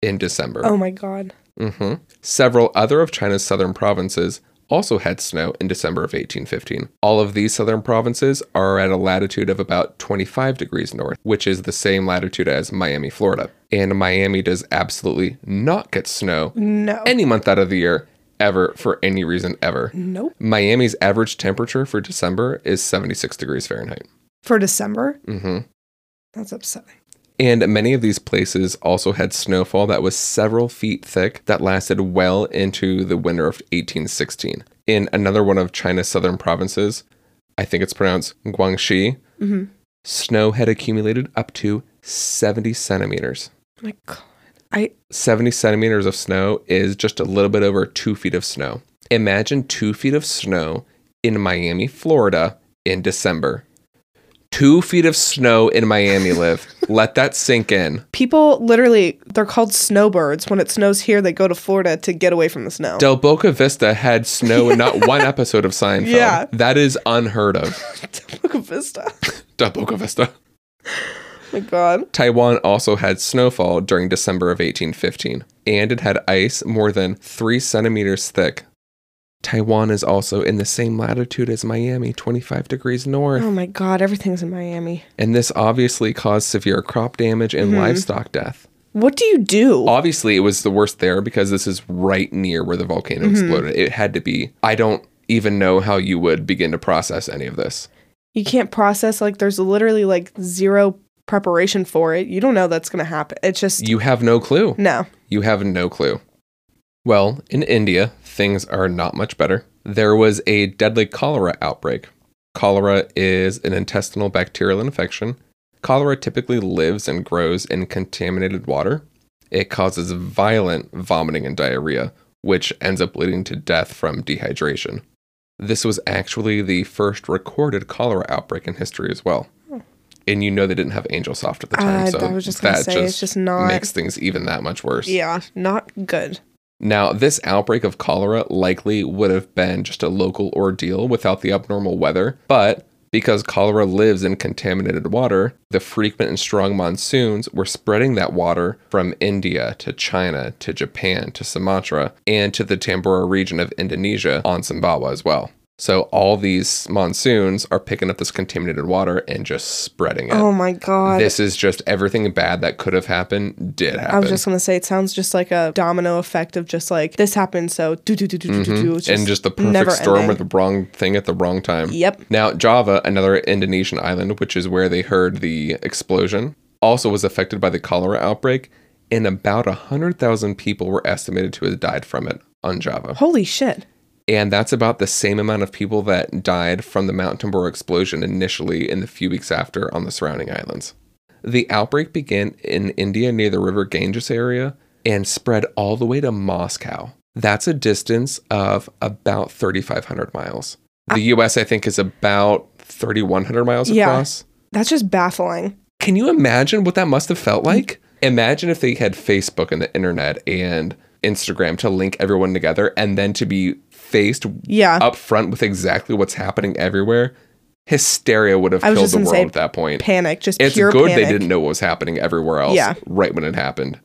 in December. Oh my God. hmm Several other of China's southern provinces also had snow in December of 1815. All of these southern provinces are at a latitude of about 25 degrees north, which is the same latitude as Miami, Florida. And Miami does absolutely not get snow No. any month out of the year, ever, for any reason ever. nope. Miami's average temperature for December is 76 degrees Fahrenheit. For December? hmm That's upsetting. And many of these places also had snowfall that was several feet thick that lasted well into the winter of 1816. In another one of China's southern provinces, I think it's pronounced Guangxi, Mm-hmm. snow had accumulated up to 70 centimeters. My God. I 70 centimeters of snow is just a little bit over two feet of snow. Imagine two feet of snow in Miami, Florida in December. Two feet of snow in Miami, live. Let that sink in. people literally they're called snowbirds. When it snows here, they go to Florida to get away from the snow. Del Boca Vista had snow in not one episode of Seinfeld. Yeah. That is unheard of. Boca Vista. Del Boca Vista. my God. Taiwan also had snowfall during December of 1815, and it had ice more than three centimeters thick. Taiwan is also in the same latitude as Miami, 25 degrees north, Oh my God. Everything's in Miami. and this obviously caused severe crop damage and Mm-hmm. livestock death. What do you do? Obviously, it was the worst there because this is right near where the volcano Mm-hmm. exploded. It had to be. I don't even know how you would begin to process any of this. You can't process. Like there's literally like zero preparation for it. You don't know that's gonna happen. It's just You have no clue. no. You have no clue. Well, in India, things are not much better. There was a deadly cholera outbreak. Cholera is an intestinal bacterial infection. Cholera typically lives and grows in contaminated water. It causes violent vomiting and diarrhea, which ends up leading to death from dehydration. This was actually the first recorded cholera outbreak in history as well. And you know they didn't have Angel Soft at the time, Hmm. Uh, I- so I was just gonna that say, it's just not- makes things even that much worse. Yeah. Not good. Now, this outbreak of cholera likely would have been just a local ordeal without the abnormal weather, but because cholera lives in contaminated water, the frequent and strong monsoons were spreading that water from India to China to Japan to Sumatra and to the Tambora region of Indonesia on Sumbawa as well. So, all these monsoons are picking up this contaminated water and just spreading it. Oh my God. this is just everything bad that could have happened did happen. I was just gonna say it sounds just like a domino effect of just like this happened, so do do do do do do do. It's Mm-hmm. and just the perfect never storm ending. with the wrong thing at the wrong time. Yep. Now, Java, another Indonesian island, which is where they heard the explosion, also was affected by the cholera outbreak, and about 100,000 people were estimated to have died from it on Java. Holy shit. And that's about the same amount of people that died from the Mount Tambora explosion initially in the few weeks after on the surrounding islands. The outbreak began in India near the River Ganges area and spread all the way to Moscow. That's a distance of about 3,500 miles. The US, I think, is about 3,100 miles Yeah. across. That's just baffling. Can you imagine what that must have felt like? Imagine if they had Facebook and the internet and Instagram to link everyone together and then to be faced Yeah. up front with exactly what's happening everywhere. Hysteria would have I was killed just the world gonna say, at that point. panic. Just It's pure good panic. they didn't know what was happening everywhere else Yeah. Mm-hmm. right when it happened.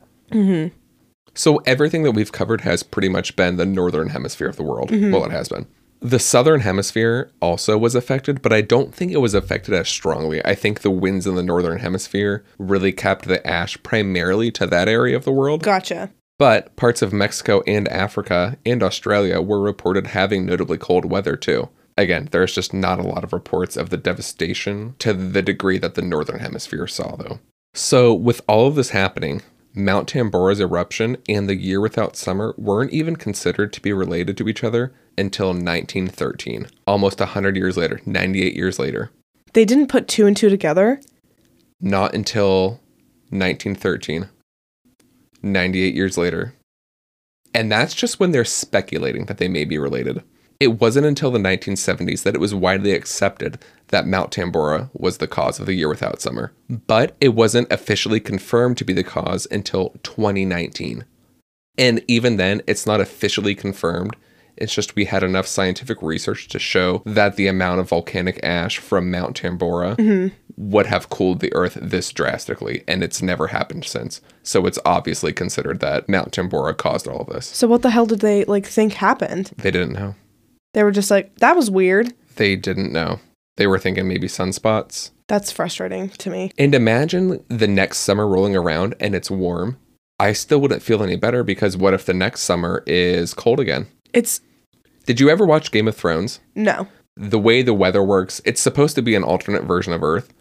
So everything that we've covered has pretty much been the northern hemisphere of the world. Mm-hmm. Well, it has been. The southern hemisphere also was affected, but I don't think it was affected as strongly. I think the winds in the northern hemisphere really kept the ash primarily to that area of the world. Gotcha. But parts of Mexico and Africa and Australia were reported having notably cold weather too. Again, there's just not a lot of reports of the devastation to the degree that the Northern Hemisphere saw, though. So, with all of this happening, Mount Tambora's eruption and the year without summer weren't even considered to be related to each other until 1913, almost 100 years later, 98 years later. They didn't put two and two together. Not until 1913, 98 years later. And that's just when they're speculating that they may be related. It wasn't until the 1970s that it was widely accepted that Mount Tambora was the cause of the year without summer, but it wasn't officially confirmed to be the cause until 2019. And even then, it's not officially confirmed. It's just we had enough scientific research to show that the amount of volcanic ash from Mount Tambora would have cooled the earth this drastically, and it's never happened since. So it's obviously considered that Mount Tambora caused all of this. So what the hell did they like think happened? They didn't know. They were just like, that was weird. They didn't know. They were thinking maybe sunspots. That's frustrating to me. And imagine the next summer rolling around and it's warm. I still wouldn't feel any better because what if the next summer is cold again? It's Did you ever watch Game of Thrones? no. The way the weather works, it's supposed to be an alternate version of Earth,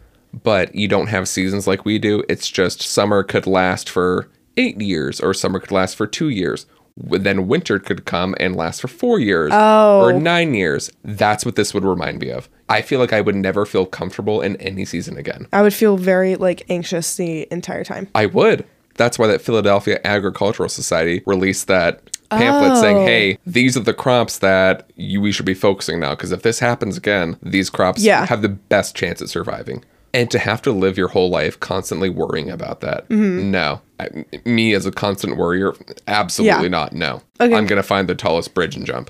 but you don't have seasons like we do. It's just summer could last for eight years or summer could last for two years. W- Then winter could come and last for four years Oh. or nine years. That's what this would remind me of. I feel like I would never feel comfortable in any season again. I would feel very like anxious the entire time. I would. That's why that Philadelphia Agricultural Society released that pamphlet Oh. saying, "Hey, these are the crops that you, we should be focusing now because if this happens again, these crops Yeah. have the best chance at surviving." And to have to live your whole life constantly worrying about that. Mm-hmm. No. I- me as a constant worrier, absolutely Yeah. not. No. Okay. I'm going to find the tallest bridge and jump.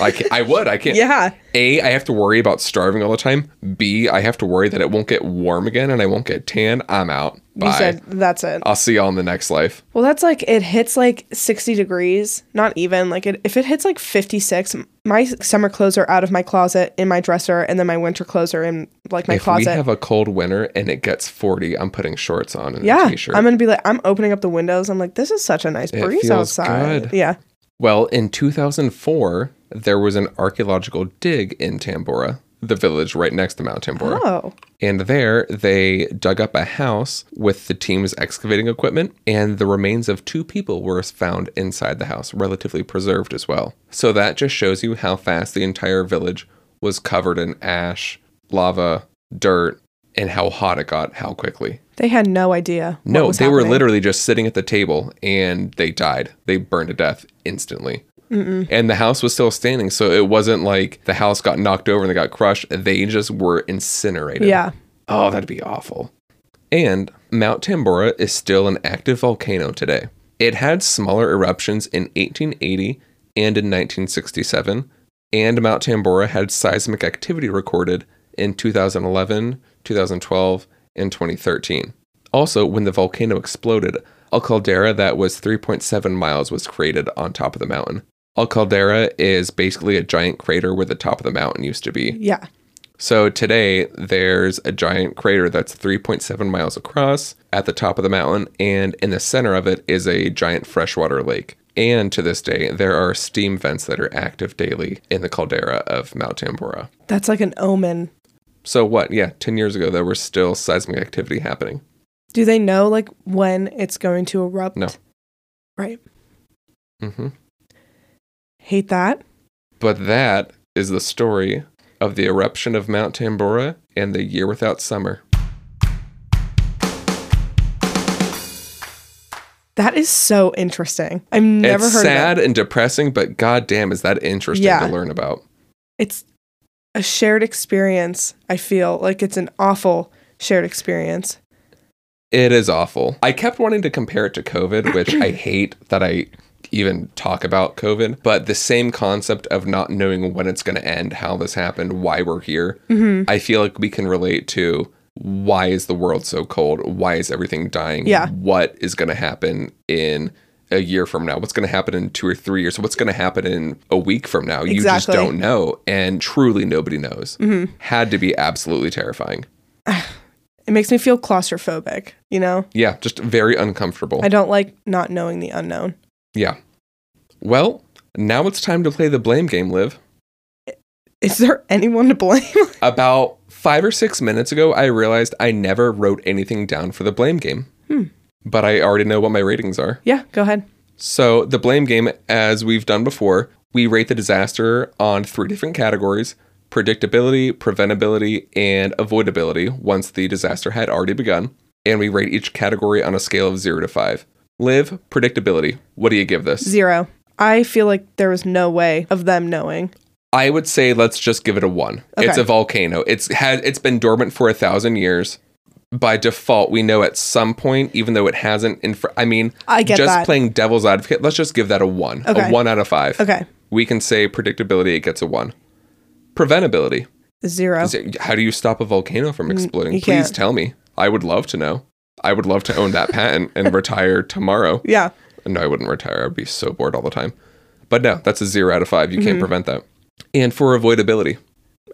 I, can, I would. I can't. Yeah. A, I have to worry about starving all the time. B, I have to worry that it won't get warm again and I won't get tan. I'm out. Bye. You said that's it. I'll see y'all in the next life. Well, that's like it hits like 60 degrees, not even. Like it, if it hits like 56, m- my summer clothes are out of my closet in my dresser, and then my winter clothes are in like my If we closet. have a cold winter and it gets 40, I'm putting shorts on and yeah, a t-shirt. I'm gonna be like, I'm opening up the windows. I'm like, this is such a nice breeze feels outside. good. Yeah, well, in 2004, there was an archaeological dig in Tambora, the village right next to Mount Tambora. Oh, And there they dug up a house with the team's excavating equipment, and the remains of two people were found inside the house, relatively preserved as well. So that just shows you how fast the entire village was covered in ash, lava, dirt, and how hot it got, how quickly. they had no idea. what No, was they were happening. literally just sitting at the table and they died. They burned to death instantly. And the house was still standing. So it wasn't like the house got knocked over and they got crushed. They just were incinerated. Yeah, Oh, that'd be awful. And Mount Tambora is still an active volcano today. It had smaller eruptions in 1880 and in 1967, and Mount Tambora had seismic activity recorded in 2011, 2012, and 2013. Also, when the volcano exploded, a caldera that was 3.7 miles was created on top of the mountain. A caldera is basically a giant crater where the top of the mountain used to be. yeah. So today there's a giant crater that's 3.7 miles across at the top of the mountain, and in the center of it is a giant freshwater lake. And to this day, there are steam vents that are active daily in the caldera of Mount Tambora. That's like an omen. So what? Yeah, 10 years ago there was still seismic activity happening. Do they know like when it's going to erupt? No. Right. hmm Hate that. But that is the story of the eruption of Mount Tambora and the year without summer. That is so interesting. I've never it's heard of that. sad and depressing, but goddamn, is that interesting Yeah. to learn about? it's a shared experience. I feel like it's an awful shared experience. It is awful. I kept wanting to compare it to COVID, which I hate that I even talk about COVID, but the same concept of not knowing when it's going to end, how this happened, why we're here. Mm-hmm. I feel like we can relate to why is the world so cold? Why is everything dying? Yeah. What is going to happen in a year from now? What's going to happen in two or three years? What's going to happen in a week from now? You just Exactly. don't know. And truly, nobody knows. Had to be absolutely terrifying. Mm-hmm. It makes me feel claustrophobic, you know? Yeah, just very uncomfortable. I don't like not knowing the unknown. Yeah. Well, now it's time to play the blame game, Liv. Is there anyone to blame? About five or six minutes ago, I realized I never wrote anything down for the blame game. but I already know what my ratings are. Yeah, go ahead. So, the blame game, as we've done before, we rate the disaster on three different categories predictability, preventability, and avoidability once the disaster had already begun. And we rate each category on a scale of zero to five. Live, predictability. What do you give this? Zero. I feel like there was no way of them knowing. I would say let's just give it a one. Okay. It's a volcano. It's had it's been dormant for a thousand years. By default, we know at some point, even though it hasn't. In fr- I mean, I get just that. playing devil's advocate. Let's just give that a one. Okay. A one out of five. Okay. We can say predictability. It gets a one. Preventability. Zero. Is it- how do you stop a volcano from exploding? Mm, you Please can't. tell me. I would love to know. I would love to own that patent and retire tomorrow. Yeah. No, I wouldn't retire. I'd be so bored all the time. But no, that's a zero out of five. You Mm-hmm. can't prevent that. And for avoidability,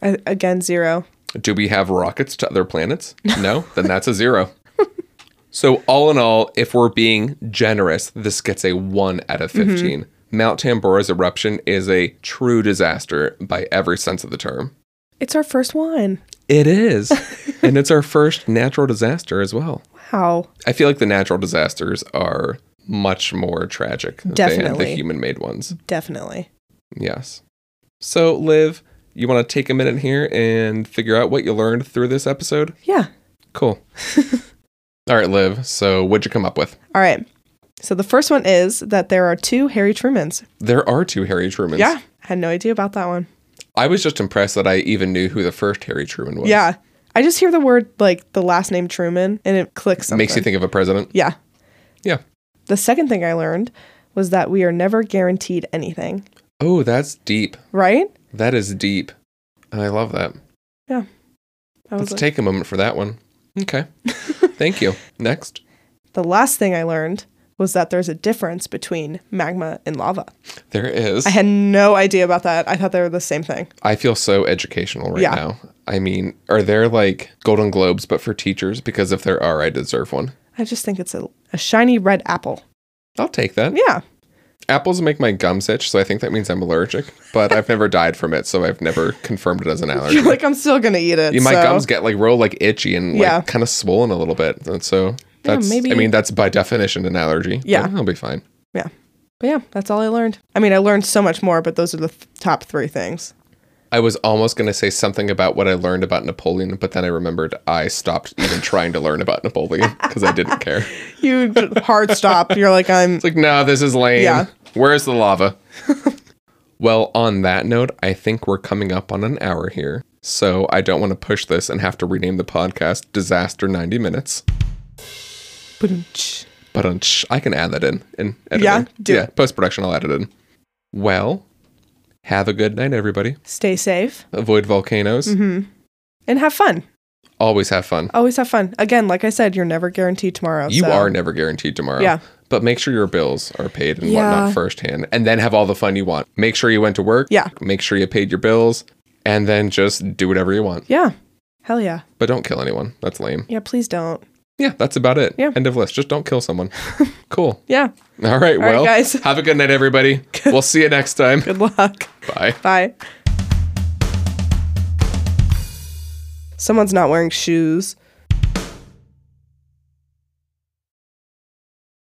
I, again, zero. do we have rockets to other planets? No, then that's a zero. so, all in all, if we're being generous, this gets a one out of 15. Mount Tambora's eruption is a true disaster by every sense of the term. It's our first one. It is. and it's our first natural disaster as well. Wow. I feel like the natural disasters are much more tragic than the Definitely. human made ones. Definitely. Yes. So, Liv, you want to take a minute here and figure out what you learned through this episode? Yeah. Cool. All right, Liv. So, what'd you come up with? All right. So the first one is that there are two Harry Trumans. There are two Harry Trumans. Yeah. I had no idea about that one. I was just impressed that I even knew who the first Harry Truman was. Yeah. I just hear the word like the last name Truman and it clicks something. Makes you think of a president. Yeah. Yeah. The second thing I learned was that we are never guaranteed anything, Oh, that's deep. right? That is deep. I love that. I was Let's like, take a moment for that one. Okay. Thank you. Next. the last thing I learned was that there's a difference between magma and lava. There is. I had no idea about that. I thought they were the same thing. I feel so educational right Yeah. now. I mean, are there like Golden Globes but for teachers? Because if there are, I deserve one. I just think it's a, a shiny red apple. I'll take that. Yeah. Apples make my gums itch, so I think that means I'm allergic. But I've never died from it, so I've never confirmed it as an allergy. You're like, I'm still going to eat it. Yeah, my so- gums get like real like itchy and like Yeah. kind of swollen a little bit, and so that's. maybe- I mean, that's by definition an allergy. but Yeah. I'll be fine. But yeah, that's all I learned. I mean, I learned so much more, but those are the th- top three things. I was almost going to say something about what I learned about Napoleon, but then I remembered I stopped even trying to learn about Napoleon because I didn't care. You j- hard stop. You're like, I'm. It's like, no, this is lame. Yeah. Where's the lava? well, on that note, I think we're coming up on an hour here. So I don't want to push this and have to rename the podcast Disaster 90 Minutes. Ba-dum-tsh. But um, shh, I can add that in. in editing. Yeah, do yeah, post production, I'll add it in. Well, have a good night, everybody. Stay safe Avoid volcanoes. Mm. Mm-hmm. and have fun. Always have fun. Always have fun. Again, like I said, you're never guaranteed tomorrow. You so- are never guaranteed tomorrow. Yeah. But make sure your bills are paid and Yeah. whatnot firsthand, and then have all the fun you want. Make sure you went to work. Yeah. Make sure you paid your bills, and then just do whatever you want. Yeah. Hell yeah. But don't kill anyone. That's lame. Yeah, please don't. Yeah, that's about it. Yeah. End of list. Just don't kill someone. cool. Yeah. All right. right, well, guys. have a good night, everybody. we'll see you next time. Good luck. Bye. Bye. Someone's not wearing shoes.